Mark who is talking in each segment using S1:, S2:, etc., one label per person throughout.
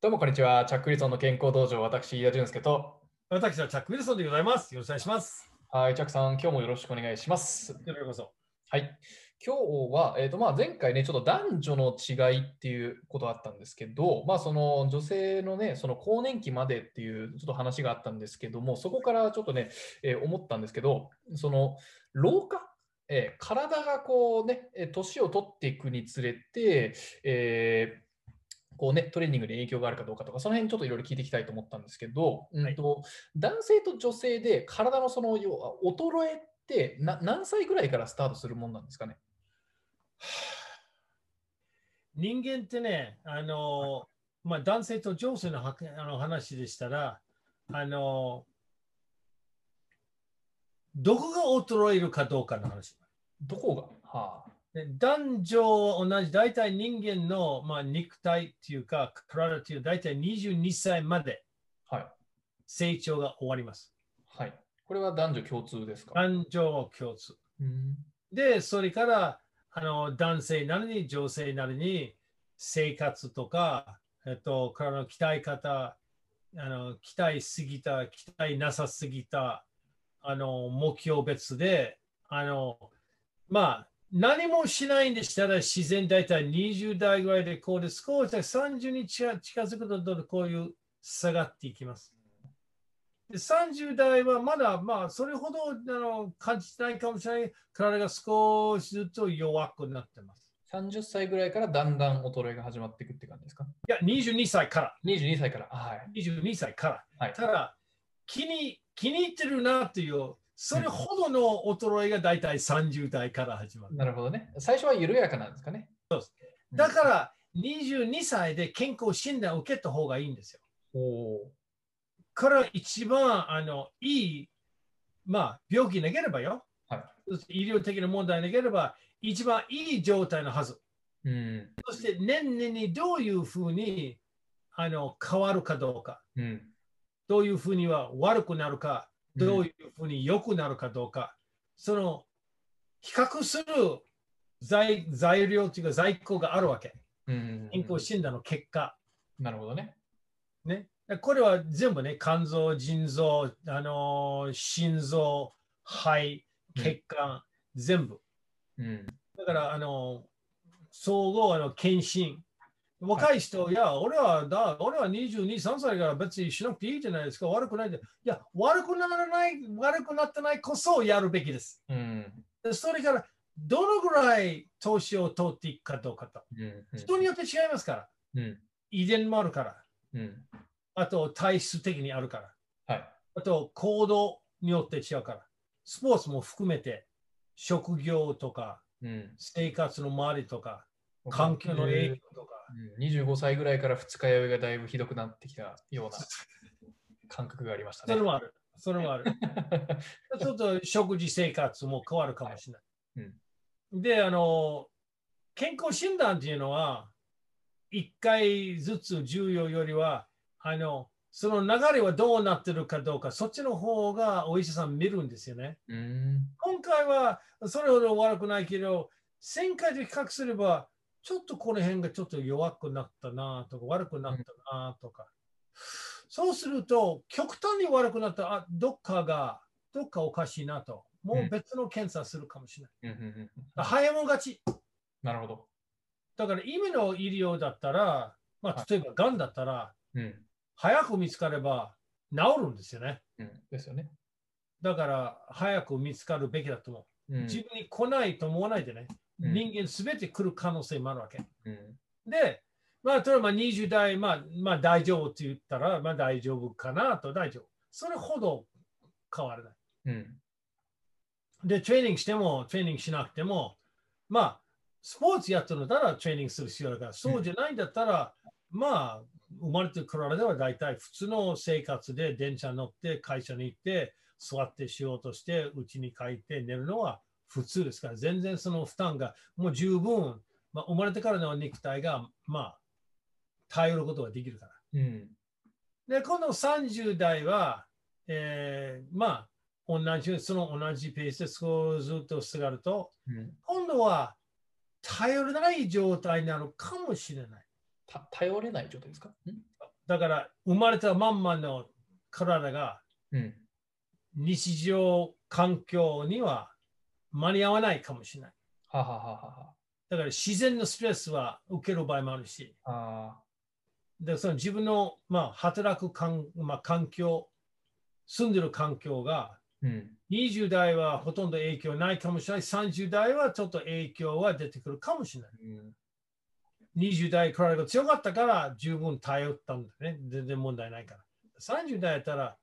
S1: どうもこんにちは。チャックリソンの健康道場、私、飯田俊介と。
S2: 私はチャック・ウィルソンでございます。よろしくお願いします。
S1: はい、チャックさん、今日もよろしくお願いします。
S2: よろしくこそ。
S1: はい。今日は、えーとまあ、前回ね、ちょっと男女の違いっていうことあったんですけど、まあ、その女性のね、その更年期までっていうちょっと話があったんですけども、そこからちょっとね、えー思ったんですけど、その老化、えー体がこうね、えー年を取っていくにつれて、えーこうね、トレーニングに影響があるかどうかとか、その辺ちょっといろいろ聞いていきたいと思ったんですけど、うんと男性と女性で体のその要は衰えってな何歳ぐらいからスタートするもんなんですかね
S2: 人間ってね、あのーまあ、男性と女性のはあの話でしたら、あのーどこが衰えるかどうかの話。
S1: どこが、はあ、
S2: で男女は同じ、大体人間の、まあ、肉体っていうか、体っていう大体22歳まで
S1: はい
S2: 成長が終わります。
S1: はい。これは男女共通ですか、
S2: 男女共通。
S1: うん
S2: で、それからあの男性なりに女性なりに生活とか、えっと、体の鍛え方、あの鍛えすぎた、鍛えなさすぎた、あの目標別で、あのまあ、何もしないんでしたら自然大体20代ぐらいでこうで少し30に近近づくとどんどんこういう下がっていきます。で30代はまだ、まあ、それほどあの感じないかもしれない体が少しずつ弱くなってます。
S1: 30歳ぐらいからだんだん衰えが始まっていくって感じですか
S2: いや、22歳から、
S1: 22歳から。あはい。
S2: 22歳から。
S1: はい
S2: ただ気に、気に入ってるなっていう、それほどの衰えが大体30代から始まる。
S1: なるほどね。最初は緩やかなんですかね。うん
S2: だから、22歳で健康診断を受けた方がいいんですよ。
S1: おお
S2: これは一番あのいい、まあ、病気なければよ、
S1: は
S2: 医療的な問題なければ、一番いい状態のはず。
S1: ー。うん。
S2: そして年々にどういうふうにあの変わるかどうか、
S1: うん。
S2: どういうふうには悪くなるか、どういうふうに良くなるかどうか、その比較する材材料というか在庫があるわけ、
S1: うんうん
S2: 健康診断の結果。
S1: なるほどね。
S2: ね、これは全部ね、肝臓、腎臓、あのー心臓、肺、血管、全部。
S1: うん。
S2: だから、あの、総合あの検診。若い人、い、や、俺はだ、俺は22、3歳から別にしなくていいじゃないですか、悪くないで。いや、悪くならない、悪くなってないこそやるべきです。
S1: うん。
S2: でそれから、どのぐらい年を取っていくかどうかと。
S1: うん。
S2: 人によって違いますから。
S1: うん。
S2: 遺伝もあるから。
S1: うん。
S2: あと、体質的にあるから。
S1: はい。
S2: あと、行動によって違うから。スポーツも含めて、職業とか、
S1: うん。
S2: 生活の周りとか、環境の影響とか、
S1: うん25歳ぐらいから二日酔いがだいぶひどくなってきた ような感覚がありました
S2: そ
S1: ね
S2: れ。もある。それもある。 ちょっと食事生活も変わるかもしれない。で、あの、健康診断っていうのは、1回ずつ重要よりは、あの、その流れはどうなってるかどうか、そっちの方がお医者さん見るんですよね。
S1: うん。
S2: 今回はそれほど悪くないけど、1000回と比較すれば、ちょっとこの辺がちょっと弱くなったなとか、悪くなったなとか。そうすると、極端に悪くなったら、あどっかが、どっかおかしいなと。もう別の検査するかもしれない。
S1: うんうんうん
S2: 早もん勝ち。
S1: なるほど。
S2: だから今の医療だったら、まあ、例えばがんだったら、
S1: うん。
S2: 早く見つかれば治るんですよね。
S1: うん、ですよね。
S2: だから、早く見つかるべきだと思う。
S1: うん
S2: 自分に来ないと思わないでね、
S1: うん
S2: 人間すべて来る可能性もあるわけ。
S1: うん
S2: で、まあ、例えば20代、まあ、まあ大丈夫って言ったら、まあ大丈夫かなと大丈夫。それほど変わらない。
S1: うん
S2: で、トレーニングしても、トレーニングしなくても、まあ、スポーツやってるのならトレーニングする必要だから、そうじゃないんだったら、まあ、生まれてくられでは大体普通の生活で電車に乗って会社に行って、座って仕事して、家に帰って寝るのは普通ですから、全然その負担がもう十分、まあ、生まれてからの肉体が、まあ、耐えることができるから。
S1: うん
S2: で、この30代は、えーまあ、同じ、その同じペースで少しずっと下がると、
S1: うん
S2: 今度は頼れない状態になるかもしれない。
S1: た頼れない状態ですかん
S2: だから生まれたまんまの体が
S1: うん。
S2: 日常環境には間に合わないかもしれない。
S1: ははははは。
S2: だから自然のストレスは受ける場合もあるし、
S1: あ
S2: でその自分の、まあ、働くかん、まあ、環境、住んでる環境が
S1: ーうん。
S2: 20代はほとんど影響ないかもしれない、30代はちょっと影響は出てくるかもしれない。
S1: うん
S2: 20代くらいが強かったから十分頼ったんだね。全然問題ないから。30代やったら、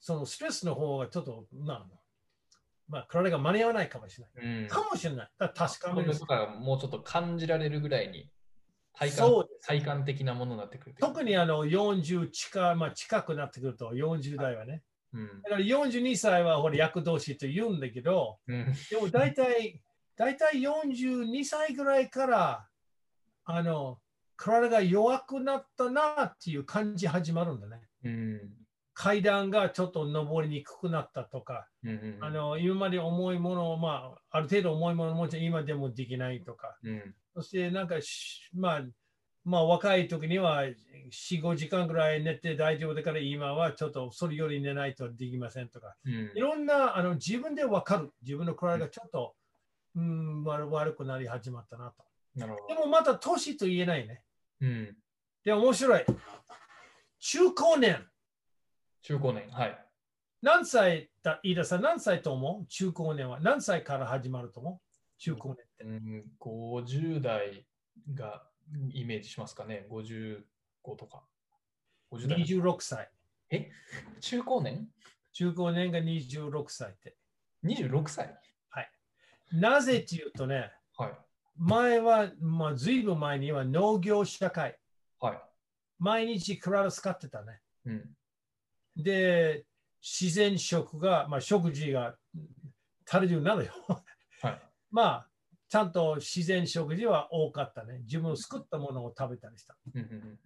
S2: そのストレスの方がちょっと、まあ、まあ、体が間に合わないかもしれな
S1: うん
S2: い。かもしれない。だから確か
S1: そ
S2: め
S1: うい
S2: る
S1: う。ことがもうちょっと感じられるぐらいに体感
S2: そうです
S1: 体感的なものになってくるってこと
S2: 特にあの40近,、まあ、近くなってくると40代はね。
S1: うん
S2: だから42歳はほら躍動しと言うんだけど、
S1: うん
S2: でも大体、大体42歳ぐらいから、あの、体が弱くなったなっていう感じ始まるんだね。
S1: うん
S2: 階段がちょっと登りにくくなったとか、
S1: うんうん
S2: あの今まで重いものを、まあ、ある程度重いものもちろん今でもできないとか、
S1: うん
S2: そしてなんかし、まあ、まあ、若い時には4、5時間ぐらい寝て大丈夫だから今はちょっとそれより寝ないとできませんとか、
S1: うん
S2: いろんなあの自分で分かる、自分の体がちょっと、うん、悪悪くなり始まったなと。
S1: なるほ
S2: で
S1: ど
S2: もまた年と言えないね。
S1: うん
S2: で、面白い。中高年。
S1: 中高年はい
S2: 何歳だ、飯田さん、何歳と思う中高年は。何歳から始まると思う中高年って。
S1: うん50代がイメージしますかね55とか50代
S2: 26歳。
S1: 中高年
S2: 中高年が26歳って。
S1: 26歳
S2: なぜっていうとね、
S1: はい
S2: 前は、まあ、ずいぶん前には農業社会。
S1: はい
S2: 毎日体使ってたね。
S1: うん
S2: で、自然食が、まあ、食事が足りるようになるよ。
S1: はい
S2: まあ、ちゃんと自然食事は多かったね。自分の作ったものを食べたりした。
S1: うんうんうんうん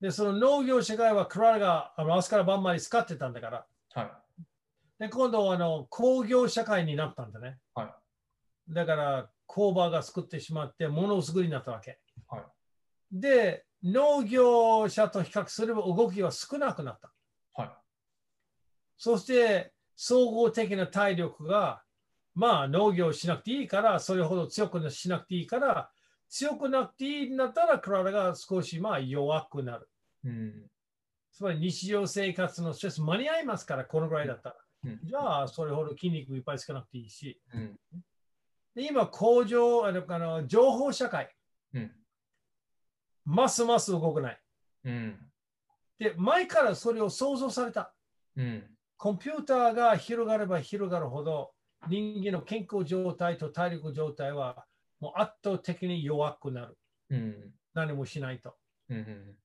S2: で、その農業社会は体があの朝から晩まで使ってたんだから。
S1: は
S2: で、今度はあの工業社会になったんだね。
S1: は
S2: だから工場が作ってしまって、ものづくりになったわけ。
S1: はい
S2: で、農業者と比較すれば動きは少なくなった。
S1: いは
S2: そして、総合的な体力が、まあ農業しなくていいから、それほど強くしなくていいから、強くなくていいんだったら体が少しまあ弱くなる。
S1: いうん
S2: つまり日常生活のストレス間に合いますから、このぐらいだったら。
S1: うん
S2: じゃあ、それほど筋肉いっぱいつかなくていいし。
S1: うん
S2: で今、工場あの、あの情報社会、
S1: うん
S2: ますます動くない。
S1: うん
S2: で、前からそれを想像された。
S1: うん
S2: コンピューターが広がれば広がるほど、人間の健康状態と体力状態はもう圧倒的に弱くなる。
S1: うん
S2: 何もしないと。
S1: うんうん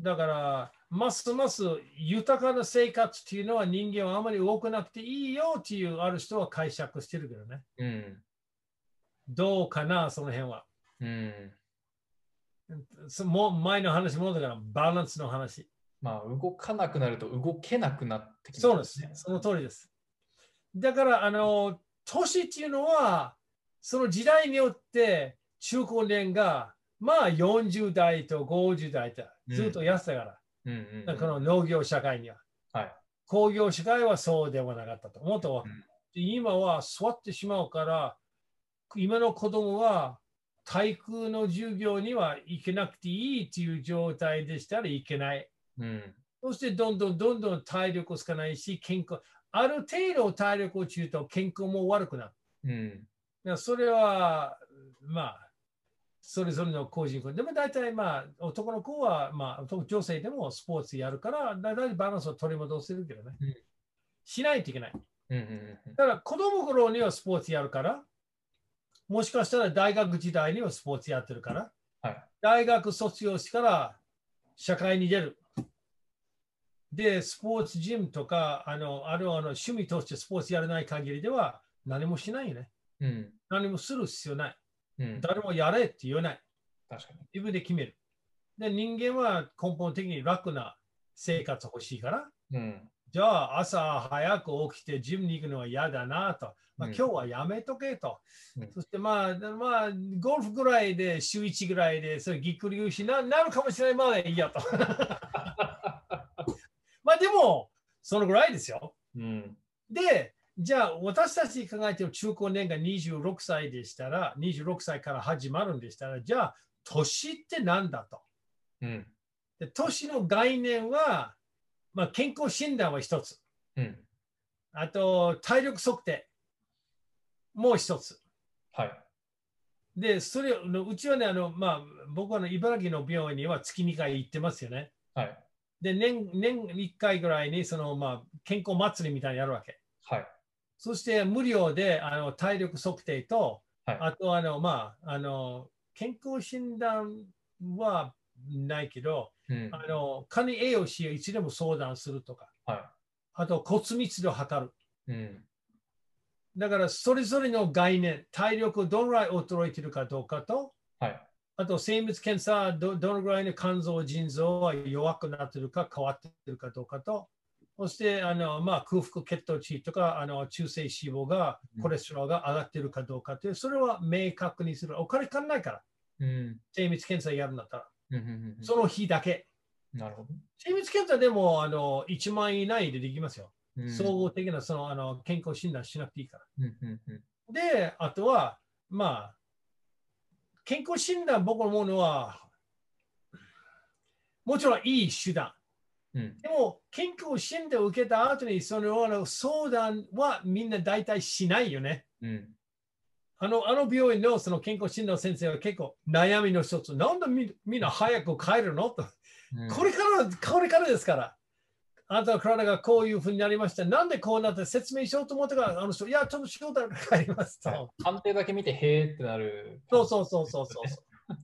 S2: だから、ますます豊かな生活っていうのは人間はあまり多くなくていいよっていうある人は解釈してるけどね。
S1: うん
S2: どうかな、その辺は。
S1: うん
S2: そもう前の話もだからバランスの話。
S1: まあ、動かなくなると動けなくなってきます
S2: そうですね。その通りです。だから、あの、都市っていうのは、その時代によって中高年が、まあ40代と50代とずっとやってたから、
S1: うんうんうん
S2: だからこの農業社会には。
S1: はい
S2: 工業社会はそうではなかったと。もっと、
S1: うん
S2: で今は座ってしまうから、今の子供は体育の授業には行けなくていいっていう状態でしたらいけない。
S1: うん
S2: そしてどんどんどんどん体力つかないし、健康、ある程度体力を中と健康も悪くなる。
S1: うん
S2: だからそれは、まあ、それぞれの個人個人でも大体まあ、男の子は、まあ、男女性でもスポーツやるから、だいたいバランスを取り戻せるけどね。
S1: うん
S2: しないといけない。
S1: うんうんうん
S2: だから子供頃にはスポーツやるから、もしかしたら大学時代にはスポーツやってるから、
S1: はい
S2: 大学卒業してから社会に出る。で、スポーツジムとか、あの、あるいはあの趣味としてスポーツやらない限りでは何もしないよね。
S1: うん
S2: 何もする必要ない。
S1: うん
S2: 誰もやれって言わない。
S1: 確かに
S2: 自分で決める。で、人間は根本的に楽な生活欲しいから、
S1: うん
S2: じゃあ朝早く起きてジムに行くのは嫌だなと。まあ、
S1: うん
S2: 今日はやめとけと。
S1: うん
S2: そしてまあ、でまあ、ゴルフぐらいで週1ぐらいでそれぎっくり腰にななるかもしれないまだいい やと。まあでも、そのぐらいですよ。
S1: うん。
S2: で、じゃあ私たち考えても中高年が26歳でしたら、26歳から始まるんでしたら、じゃあ年って何だと。
S1: うん。
S2: で年の概念は、まあ、健康診断は一つ。
S1: うん。
S2: あと、体力測定もう一つ。
S1: はい。
S2: で、それを、うちはね、あの、まあ、僕はあの茨城の病院には月2回行ってますよね。
S1: はい。
S2: で、年、年1回ぐらいに、その、まあ、健康祭りみたいなのやるわけ。
S1: はい。
S2: そして、無料で、あの、体力測定と、
S1: はい
S2: あと、あの、まあ、あの、健康診断はないけど、
S1: うん。
S2: あの、管理栄養士をいつでも相談するとか、
S1: は
S2: あと骨密度を測る。
S1: い。うん。
S2: だからそれぞれの概念、体力をどのぐらい衰えているかどうかと、
S1: はい。
S2: あと精密検査ど、どのぐらいの肝臓、腎臓は弱くなっているか変わっているかどうかと、そしてあの、まあ、空腹血糖値とかあの中性脂肪が、コレステロールが上がっているかどうかという、それは明確にする。お金かかんないから、
S1: うん。
S2: 精密検査やるんだったら、
S1: うんうん。
S2: その日だけ。
S1: うん。なるほど。
S2: 精密検査でもあの1万円以内でできますよ。
S1: うん
S2: 総合的なそのあの健康診断しなくていいから。
S1: うんうんうん。
S2: で、あとは、まあ、健康診断、僕思うのは、もちろんいい手段。
S1: うん。
S2: でも、健康診断を受けた後に、そのような相談はみんな大体しないよね。
S1: うん。
S2: あの、あの病院のその健康診断の先生は結構悩みの一つ。なんでみみんな早く帰るのと。
S1: うん
S2: これから、これからですから。あなたの体がこういうふうになりました。なんでこうなった説明しようと思ったから、あの人、いや、ちょっと仕事あるから帰りますと。
S1: はい判定だけ見て、へえってなる。
S2: そうそうそうそうそうそ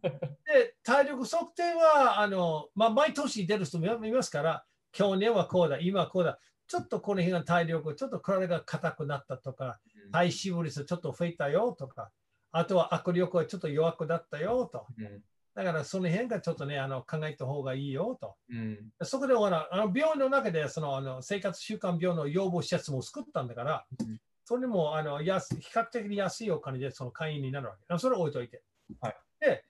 S2: う。で、体力測定は、あの、まあ、毎年出る人もいますから、去年はこうだ、今はこうだ、ちょっとこの辺が体力、ちょっと体が硬くなったとか、
S1: うん。
S2: 体脂肪率ちょっと増えたよとか、あとは握力はちょっと弱くなったよと。
S1: うん。
S2: だからその辺がちょっとね、あの考えた方がいいよと。
S1: うん。
S2: そこでほら、あの病院の中でそのあの生活習慣病の要望施設も作ったんだから
S1: うん、
S2: それもあの安比較的に安いお金でその会員になるわけ。あそれを置いといて。
S1: はい
S2: で、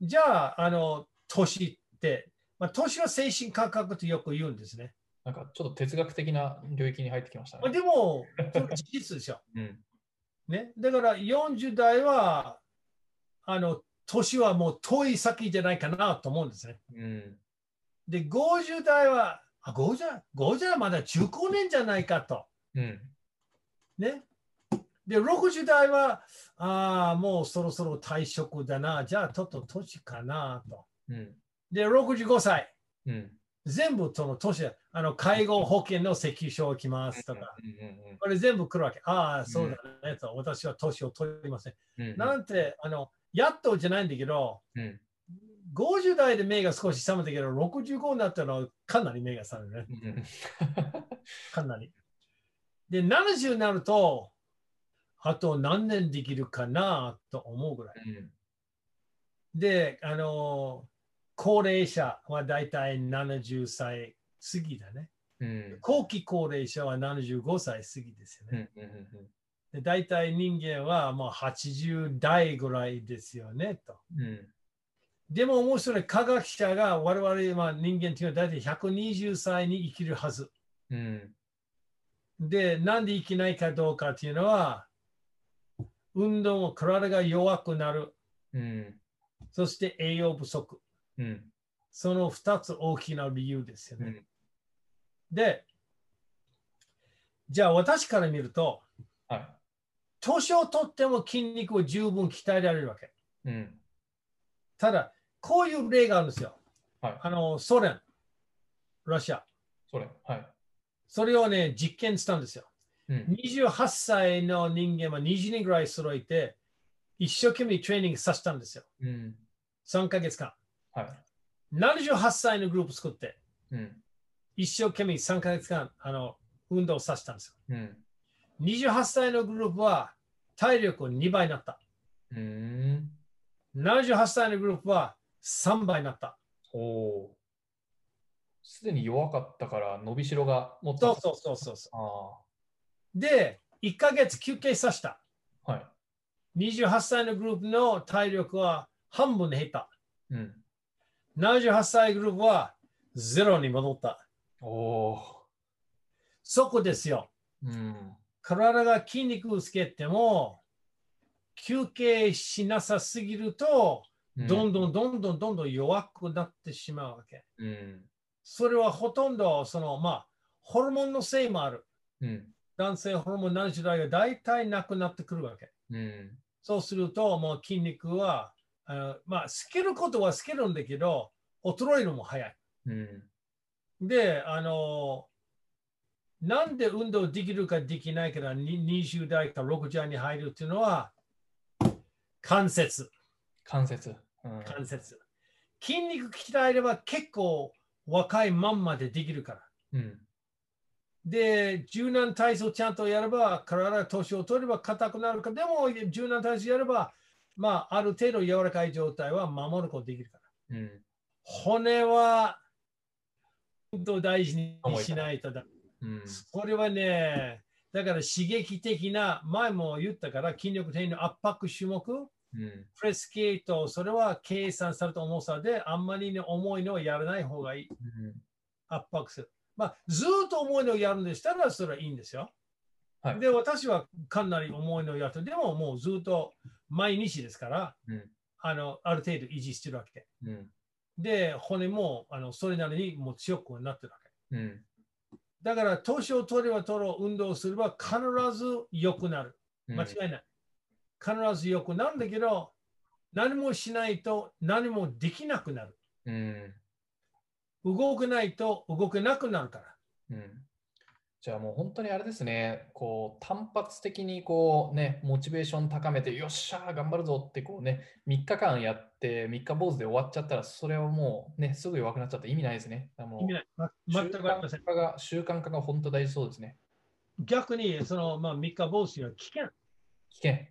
S2: じゃあ、あの年って、まあ、年は精神感覚とよく言うんですね。
S1: なんかちょっと哲学的な領域に入ってきました
S2: まあ、
S1: ね。
S2: でも、それは事実でしょ。
S1: うん。
S2: ね、だから40代は、あの年はもう遠い先じゃないかなと思うんですね。
S1: うん。
S2: で、50代は、あ 50, 代50代はまだ中高年じゃないかと。
S1: うん。
S2: ね。で、60代は、ああ、もうそろそろ退職だな、じゃあちょっと年かなと。
S1: うん。
S2: で、65歳、
S1: うん。うん。
S2: 全部その年だ、あの介護保険の請求書をきますとか、これ全部来るわけ。ああ、そうだねと、私は年を取りません。
S1: うん。うん。
S2: なんて、あの、やっとじゃないんだけど、
S1: うん。
S2: 50代で目が少し覚めたけど、65になったらかなり目が覚めるね。
S1: うん。
S2: かなり。で、70になると、あと何年できるかなと思うぐらい。
S1: うん。
S2: で、あの、高齢者はだいたい70歳過ぎだね。
S1: うん。
S2: 後期高齢者は75歳過ぎですよ
S1: うん。う
S2: ね。
S1: ん。うん。
S2: で、大体人間はもう80代ぐらいですよね、と。
S1: うん。
S2: でも面白い科学者が我々、まあ、人間というのは大体120歳に生きるはず。
S1: うん。
S2: で、なんで生きないかどうかっていうのは、運動も体が弱くなる、
S1: うん。
S2: そして栄養不足。
S1: うん。
S2: その2つ大きな理由ですよね。
S1: うん
S2: で、じゃあ私から見ると、
S1: は
S2: 年をとっても筋肉を十分鍛えられるわけ。
S1: い。うん。
S2: ただ、こういう例があるんですよ。
S1: はい
S2: あの、ソ連、ロシア。
S1: それ。はい。
S2: それをね、実験したんですよ。
S1: うん。
S2: 28歳の人間は20人ぐらい揃えて、一生懸命トレーニングさせたんですよ。
S1: うん。
S2: 3ヶ月間。
S1: はい。
S2: 78歳のグループ作って、
S1: うん。
S2: 一生懸命3ヶ月間、あの、運動させたんです
S1: う
S2: よ。
S1: ん。
S2: 28歳のグループは体力を2倍になった。
S1: うん。
S2: 78歳のグループは3倍になった。
S1: おお。すでに弱かったから伸びしろがもっ
S2: そ
S1: と
S2: うそうそうそうそ
S1: あ
S2: う。で、1ヶ月休憩させた。
S1: あは
S2: 28歳のグループの体力は半分に減った。
S1: い。うん。
S2: 78歳グループはゼロに戻った。
S1: おお
S2: そこですよ。
S1: ー。うん。
S2: 体が筋肉をつけても休憩しなさすぎると
S1: う
S2: どんどんどんどんどんどん弱くなってしまうわけ。
S1: うん。
S2: それはほとんどそのまあホルモンのせいもある。
S1: うん。
S2: 男性ホルモン70代が大体なくなってくるわけ。
S1: うん。
S2: そうするともう筋肉はあのまあ透けることは透けるんだけど衰えるのも早い。
S1: うん。
S2: で、あの、なんで運動できるかできないかがに20代か60代に入るっていうのは、関節、
S1: 関節。うん。
S2: 関節。筋肉鍛えれば結構若いまんまでできるから。
S1: うん。
S2: で、柔軟体操ちゃんとやれば、体、年を取れば硬くなるか、でも柔軟体操やれば、まあ、ある程度柔らかい状態は守ることできるから。
S1: うん。
S2: 骨は、運動を大事にしないとだ
S1: うん。
S2: それはね、だから刺激的な、前も言ったから、筋力的な圧迫種目、
S1: うん。
S2: プレスケート、それは計算された重さで、あんまり、ね、重いのをやらない方がいい、
S1: うん
S2: 圧迫する。まあ、ずーっと重いのをやるんでしたら、それはいいんですよ。
S1: はい
S2: で、私はかなり重いのをやると、でももうずーっと毎日ですから、
S1: うん
S2: あのある程度維持してるわけ。
S1: うん。
S2: で、骨もあのそれなりにもう強くなってるわけ。
S1: うん。
S2: だから、年を取れば取ろう、運動をすれば必ず良くなる。
S1: うん
S2: 間違いない。必ず良くなるんだけど、何もしないと何もできなくなる。
S1: うん。
S2: 動けないと動けなくなるから。
S1: うんじゃあもう本当にあれですね、こう単発的にこうね、モチベーション高めて、よっしゃー、頑張るぞってこうね、3日間やって、3日坊主で終わっちゃったら、それはもうね、すぐ弱くなっちゃって意味ないですね。あの
S2: 意味ない。ま
S1: 習
S2: 全くありません
S1: 慣。化が、習慣化が本当大事そうですね。
S2: 逆に、その、まあ、三日坊主には危険。
S1: 危険。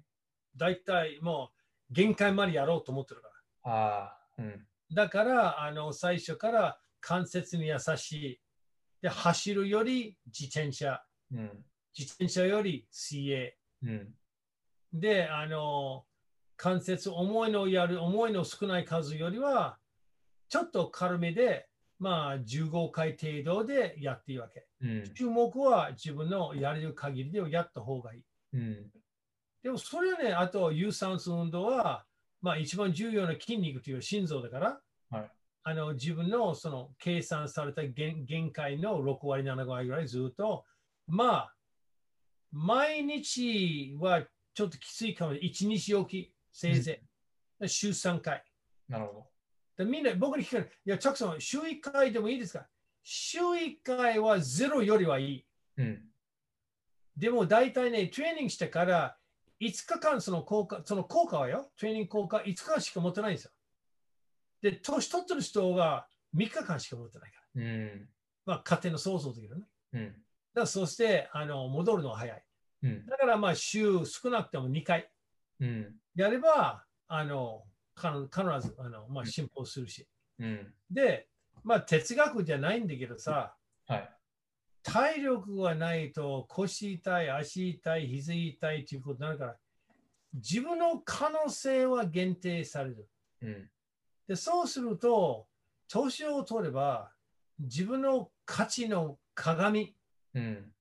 S2: 大体もう限界までやろうと思ってるか
S1: ああ、うん。
S2: ら。だから、あの、最初から関節に優しい。で、走るより自転車。
S1: うん。
S2: 自転車より水泳。
S1: うん。
S2: で、あの、関節、重いのをやる、重いの少ない数よりは、ちょっと軽めで、まあ、15回程度でやっていいわけ。
S1: うん。
S2: 注目は自分のやれる限りでやった方がいい。
S1: うん。
S2: でも、それはね、あと、有酸素運動は、まあ、一番重要な筋肉という心臓だから、
S1: はい
S2: あの自分のその計算された限限界の6割、7割ぐらいずっと、まあ、毎日はちょっときついかも、1日おき、せいぜい、週3回。
S1: なるほ
S2: でみんな、僕に聞かれる、いや、チャックさん、週1回でもいいですか週1回はゼロよりはいい。
S1: ど。うん。
S2: でも大体ね、トレーニングしてから5日間その効果、その効果はよ、トレーニング効果5日間しか持ってないんですよ。で、年取ってる人が3日間しか持ってないから。
S1: うん。
S2: まあ、勝手な想像だけどね。だか
S1: うん。
S2: らそして、あの、戻るのは早い。
S1: うん。
S2: だからまあ、週少なくても2回
S1: うん。
S2: やれば、あの、かの必ず、あの、まあ、進歩するし。
S1: うん。
S2: で、まあ、哲学じゃないんだけどさ、
S1: はい。
S2: 体力がないと腰痛い、足痛い、膝痛いということになるから、自分の可能性は限定される。
S1: うん。
S2: で、そうすると、年を取れば、自分の価値の鏡、
S1: うん。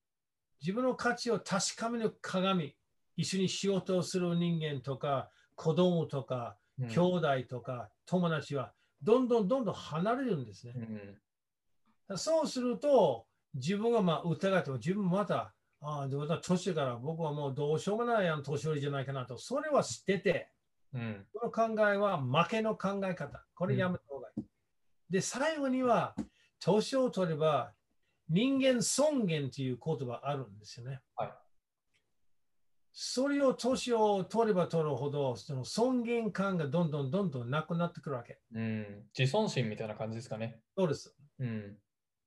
S2: 自分の価値を確かめる鏡、一緒に仕事をする人間とか、子供と
S1: う
S2: か、
S1: ん
S2: 兄弟とか、友達は、どんどんどんどん離れるんですね。
S1: うん。
S2: そうすると、自分がまあ疑っても、自分もまた、ああ、どうだ、年だから僕はもうどうしようもないやん、年寄りじゃないかなと、それは捨てて、
S1: うん。
S2: この考えは負けの考え方、これやめた方がいい。で、最後には、年を取れば、人間尊厳という言葉あるんですよね。
S1: はい
S2: それを年を取れば取るほど、その尊厳感がどんどんどんどんなくなってくるわけ。
S1: うん。自尊心みたいな感じですかね。
S2: そうです。
S1: うん。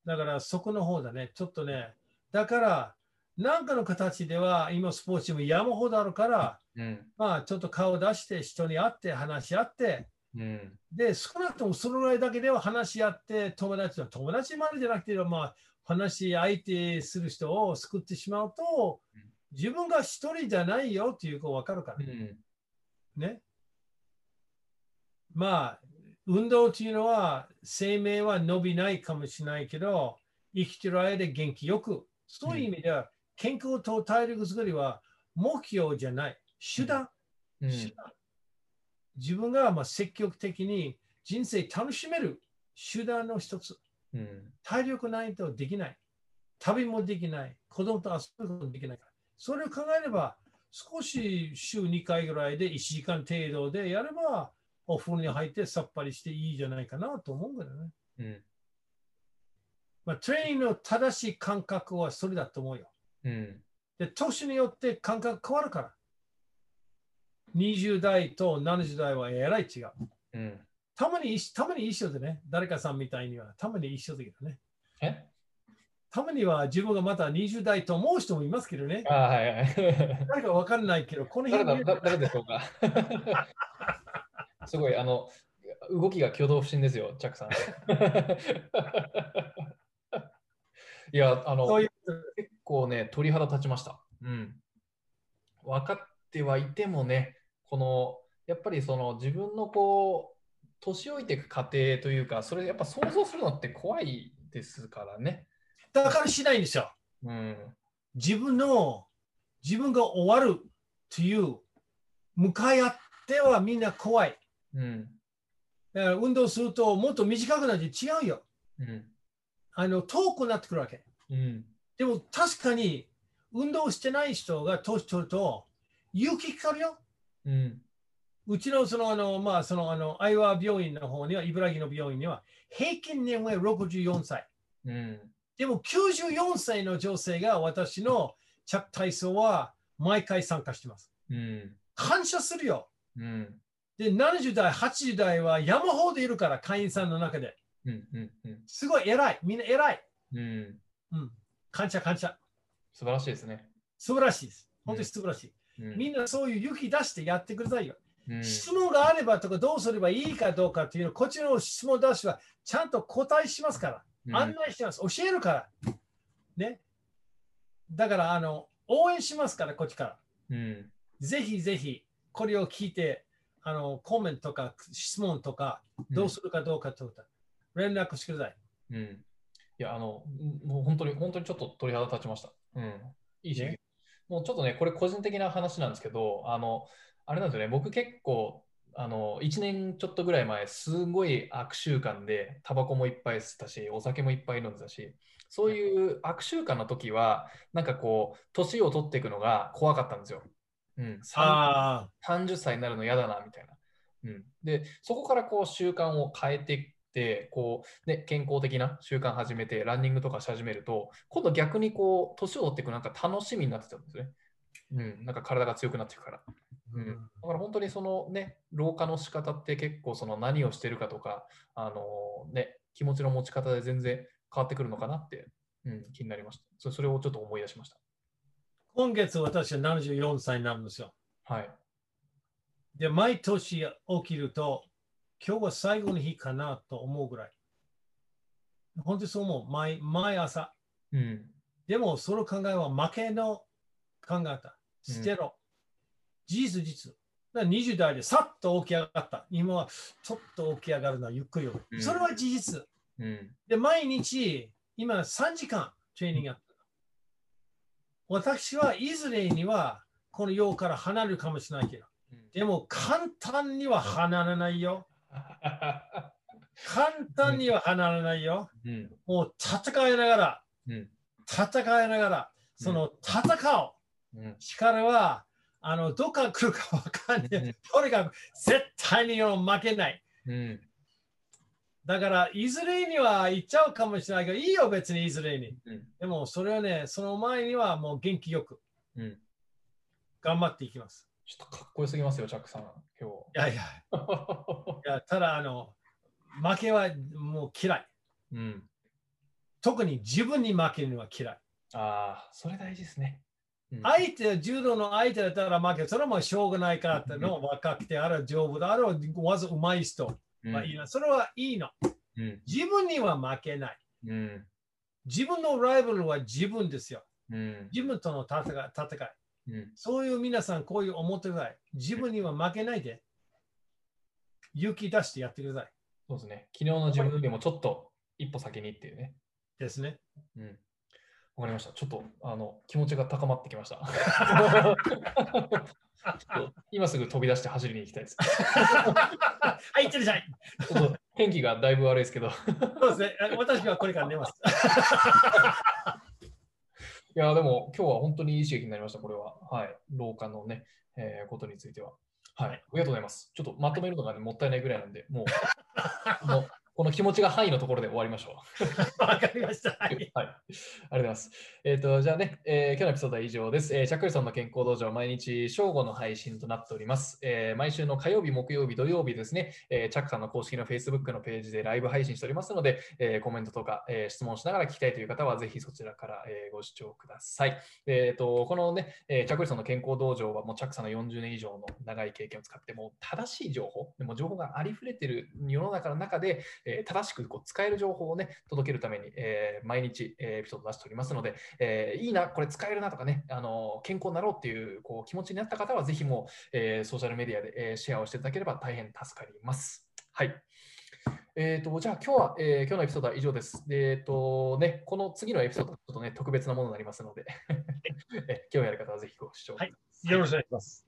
S2: だからそこの方だね、ちょっとね、だから、なんかの形では、今スポーツチーム山ほどあるから、
S1: うん。
S2: まあちょっと顔出して、人に会って、話し合って、
S1: うん。
S2: で、少なくともそのぐらいだけでは話し合って、友達の友達までじゃなくて、まあ、話し相手する人を救ってしまうと
S1: うん、
S2: 自分が一人じゃないよっていうこと分かるから
S1: う。ん。
S2: ね。まあ、運動というのは生命は伸びないかもしれないけど、生きてる間元気よく。そういう意味では、健康と体力作りは目標じゃない。手段。
S1: う
S2: 手
S1: ん。
S2: 段自分がまあ積極的に人生楽しめる手段の一つ。
S1: うん。
S2: 体力ないとできない。旅もできない。子供と遊ぶこともできないから。それを考えれば、少し週2回ぐらいで1時間程度でやれば、お風呂に入ってさっぱりしていいじゃないかなと思うけどね。
S1: うん。
S2: まあ、トレーニングの正しい感覚はそれだと思うよ。
S1: うん。
S2: で、年によって感覚変わるから。20代と70代はえらい違う。
S1: うん。
S2: たまに一緒、たまに一緒でね、誰かさんみたいには、たまに一緒だけどね。
S1: え
S2: たまには自分がまた20代と思う人もいますけどね。
S1: あはい はい。
S2: 誰かわかんないけど、この
S1: 誰
S2: 辺
S1: だだ誰でしょうか すごい、あの、動きが挙動不審ですよ、チャックさん。 いや、あの、
S2: そういう
S1: 結構ね、鳥肌立ちました。うん。分かってはいてもね、この、やっぱりその自分のこう、年老いていく過程というか、それやっぱ想像するのって怖いですからね。
S2: だからしないんですよ。
S1: うん。
S2: 自分の、自分が終わるという、向かい合ってはみんな怖い。
S1: うん。
S2: だから運動するともっと短くなって違うよ。
S1: うん。
S2: あの、遠くなってくるわけ。
S1: うん。
S2: でも確かに、運動してない人が年取ると、勇気かかるよ。
S1: うん。
S2: うちのそのあの、まあ、そのあの、アイワ病院の方には、茨城の病院には、平均年齢64歳。
S1: うん。
S2: でも94歳の女性が私のチャップ体操は毎回参加してます。
S1: うん。
S2: 感謝するよ。
S1: うん。
S2: で、70代、80代は山ほどいるから、会員さんの中で。
S1: うん。うん。
S2: すごい偉い。みんな偉い。
S1: うん。
S2: うん。感謝感謝。
S1: 素晴らしいですね。
S2: 素晴らしいです。本当に素晴らしい。
S1: うん
S2: みんなそういう勇気出してやってくださいよ。
S1: うん
S2: 質問があればとか、どうすればいいかどうかっていうの、こっちの質問出しはちゃんと答えしますから。
S1: うん
S2: 案内してます。教えるから。ね。だから、あの、応援しますから、こっちから。
S1: うん。
S2: ぜひぜひ、これを聞いて、あの、コメントとか、質問とか、どうするかどうかとか、連絡してください。
S1: うん。うんいや、あの、もう本当に、本当にちょっと鳥肌立ちました。うん。いいし、
S2: ね
S1: もうちょっとね、これ個人的な話なんですけど、あの、あれなんですよね、僕結構、あの、1年ちょっとぐらい前、すごい悪習慣で、タバコもいっぱい吸ったし、お酒もいっぱい飲んでたし、そういう悪習慣の時は、なんかこう、年を取っていくのが怖かったんですよ。うん。
S2: あ
S1: 30歳になるの嫌だなみたいな。うん、でそこからこう習慣を変えていってこう、ね、健康的な習慣始めてランニングとかし始めると今度逆にこう年を取っていくなんか楽しみになってたんですね。うん、なんか体が強くなっていくから。
S2: あ、
S1: うんだから本当にそのね、老化の仕方って結構その何をしてるかとか、あのね、気持ちの持ち方で全然変わってくるのかなって、うん、気になりました。それそれをちょっと思い出しまし
S2: 今月、私は74歳になるんですよ。
S1: た。はい。
S2: で、毎年起きると、今日は最後の日かなと思うぐらい。本当にそう思う。毎毎朝。
S1: うん。
S2: でも、その考えは負けの考え方。捨てろ。事実、実。だから20代でさっと起き上がった。今はちょっと起き上がるのはゆっくりよ
S1: うん
S2: それは事実。
S1: うん。
S2: で、毎日、今3時間トレーニングやった。私はいずれにはこの世から離れるかもしれないけど、でも簡単には離れないよ。簡単には離れないよ。
S1: うん。
S2: もう戦いながら、
S1: うん
S2: 戦いながら、その戦う。
S1: うん。
S2: 力は、あの、どっから来るかわかんな
S1: うん
S2: い。とにかく、絶対に負けない。
S1: うん。
S2: だから、いずれには行っちゃうかもしれないけど、いいよ、別にいずれに。
S1: うん
S2: でも、それはね、その前にはもう元気よく
S1: うん。
S2: 頑張っていきます。
S1: ちょっとかっこよすぎますよ、チャックさん、今
S2: いやいや、い
S1: 日。
S2: やただ、あの、負けはもう嫌い。
S1: うん。
S2: 特に自分に負けるのは嫌い。
S1: ああ、それ大事ですね。うん
S2: 相手、柔道の相手だったら負け、それはもうしょうがないからっての、若くてある、丈夫だある、わずうまい人、まあいいな、それはいいの。
S1: うん
S2: 自分には負けない。
S1: うん
S2: 自分のライバルは自分ですよ。
S1: うん
S2: 自分との戦い、戦い。
S1: うん
S2: そういう皆さん、こういう思ってください。自分には負けないで、勇気出してやってください。
S1: そうですね。昨日の自分よりもちょっと一歩先にっていうね。
S2: ですね。
S1: うん。わかりました。ちょっとあの気持ちが高まってきました。ちょっと今すぐ飛び出して走りに行きたいです。
S2: はい、いってらっしゃい。
S1: ちょっと天気がだいぶ悪いですけど。い
S2: そうですね。あ私はこれから寝ます。
S1: や、でも今日は本当にいい刺激になりました、これは。はい。老化のね、えーことについては。はい。あり
S2: は
S1: がとうございます。ちょっとまとめるのが、ね、もったいないぐらいなんで、もう この、この気持ちが範囲のところで終わりましょう。
S2: わかりました。は
S1: はい、あ
S2: い
S1: りがとうございます。えっ、と、じゃあね、えー今日のエピソードは以上です。えー、シャックリソンの健康道場、毎日正午の配信となっております。えー毎週の火曜日、木曜日、土曜日ですね、えー、チャックさんの公式の Facebook のページでライブ配信しておりますので、えーコメントとか、えー質問しながら聞きたいという方は、ぜひそちらから、えーご視聴ください。えっ、と、このね、えー、チャックリソンの健康道場は、もうチャックさんの40年以上の長い経験を使って、もう正しい情報、でも情報がありふれてる世の中の中で、えー正しくこう使える情報をね、届けるために、えー毎日、えーエピソードを出しておりますので、えーいいな、これ使えるなとかね、あのー健康になろうっていうこう気持ちになった方は、ぜひもう、えーソーシャルメディアで、えーシェアをしていただければ大変助かります。はい。えー、とじゃあ今日は、えー今日のエピソードは以上です。でえーとね、この次のエピソード、ちょっとね、特別なものになりますので、 え興味ある方はぜひご視聴。、
S2: はいよろしくお願いします。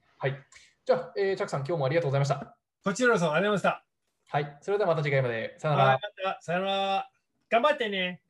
S1: じゃあ、えーチャックさん、今日もありがとうございました。
S2: こちらこそありがとうございま
S1: はい、それではまた次回まで。さよ
S2: した。
S1: なら。
S2: はい。またさよなら。頑張ってね。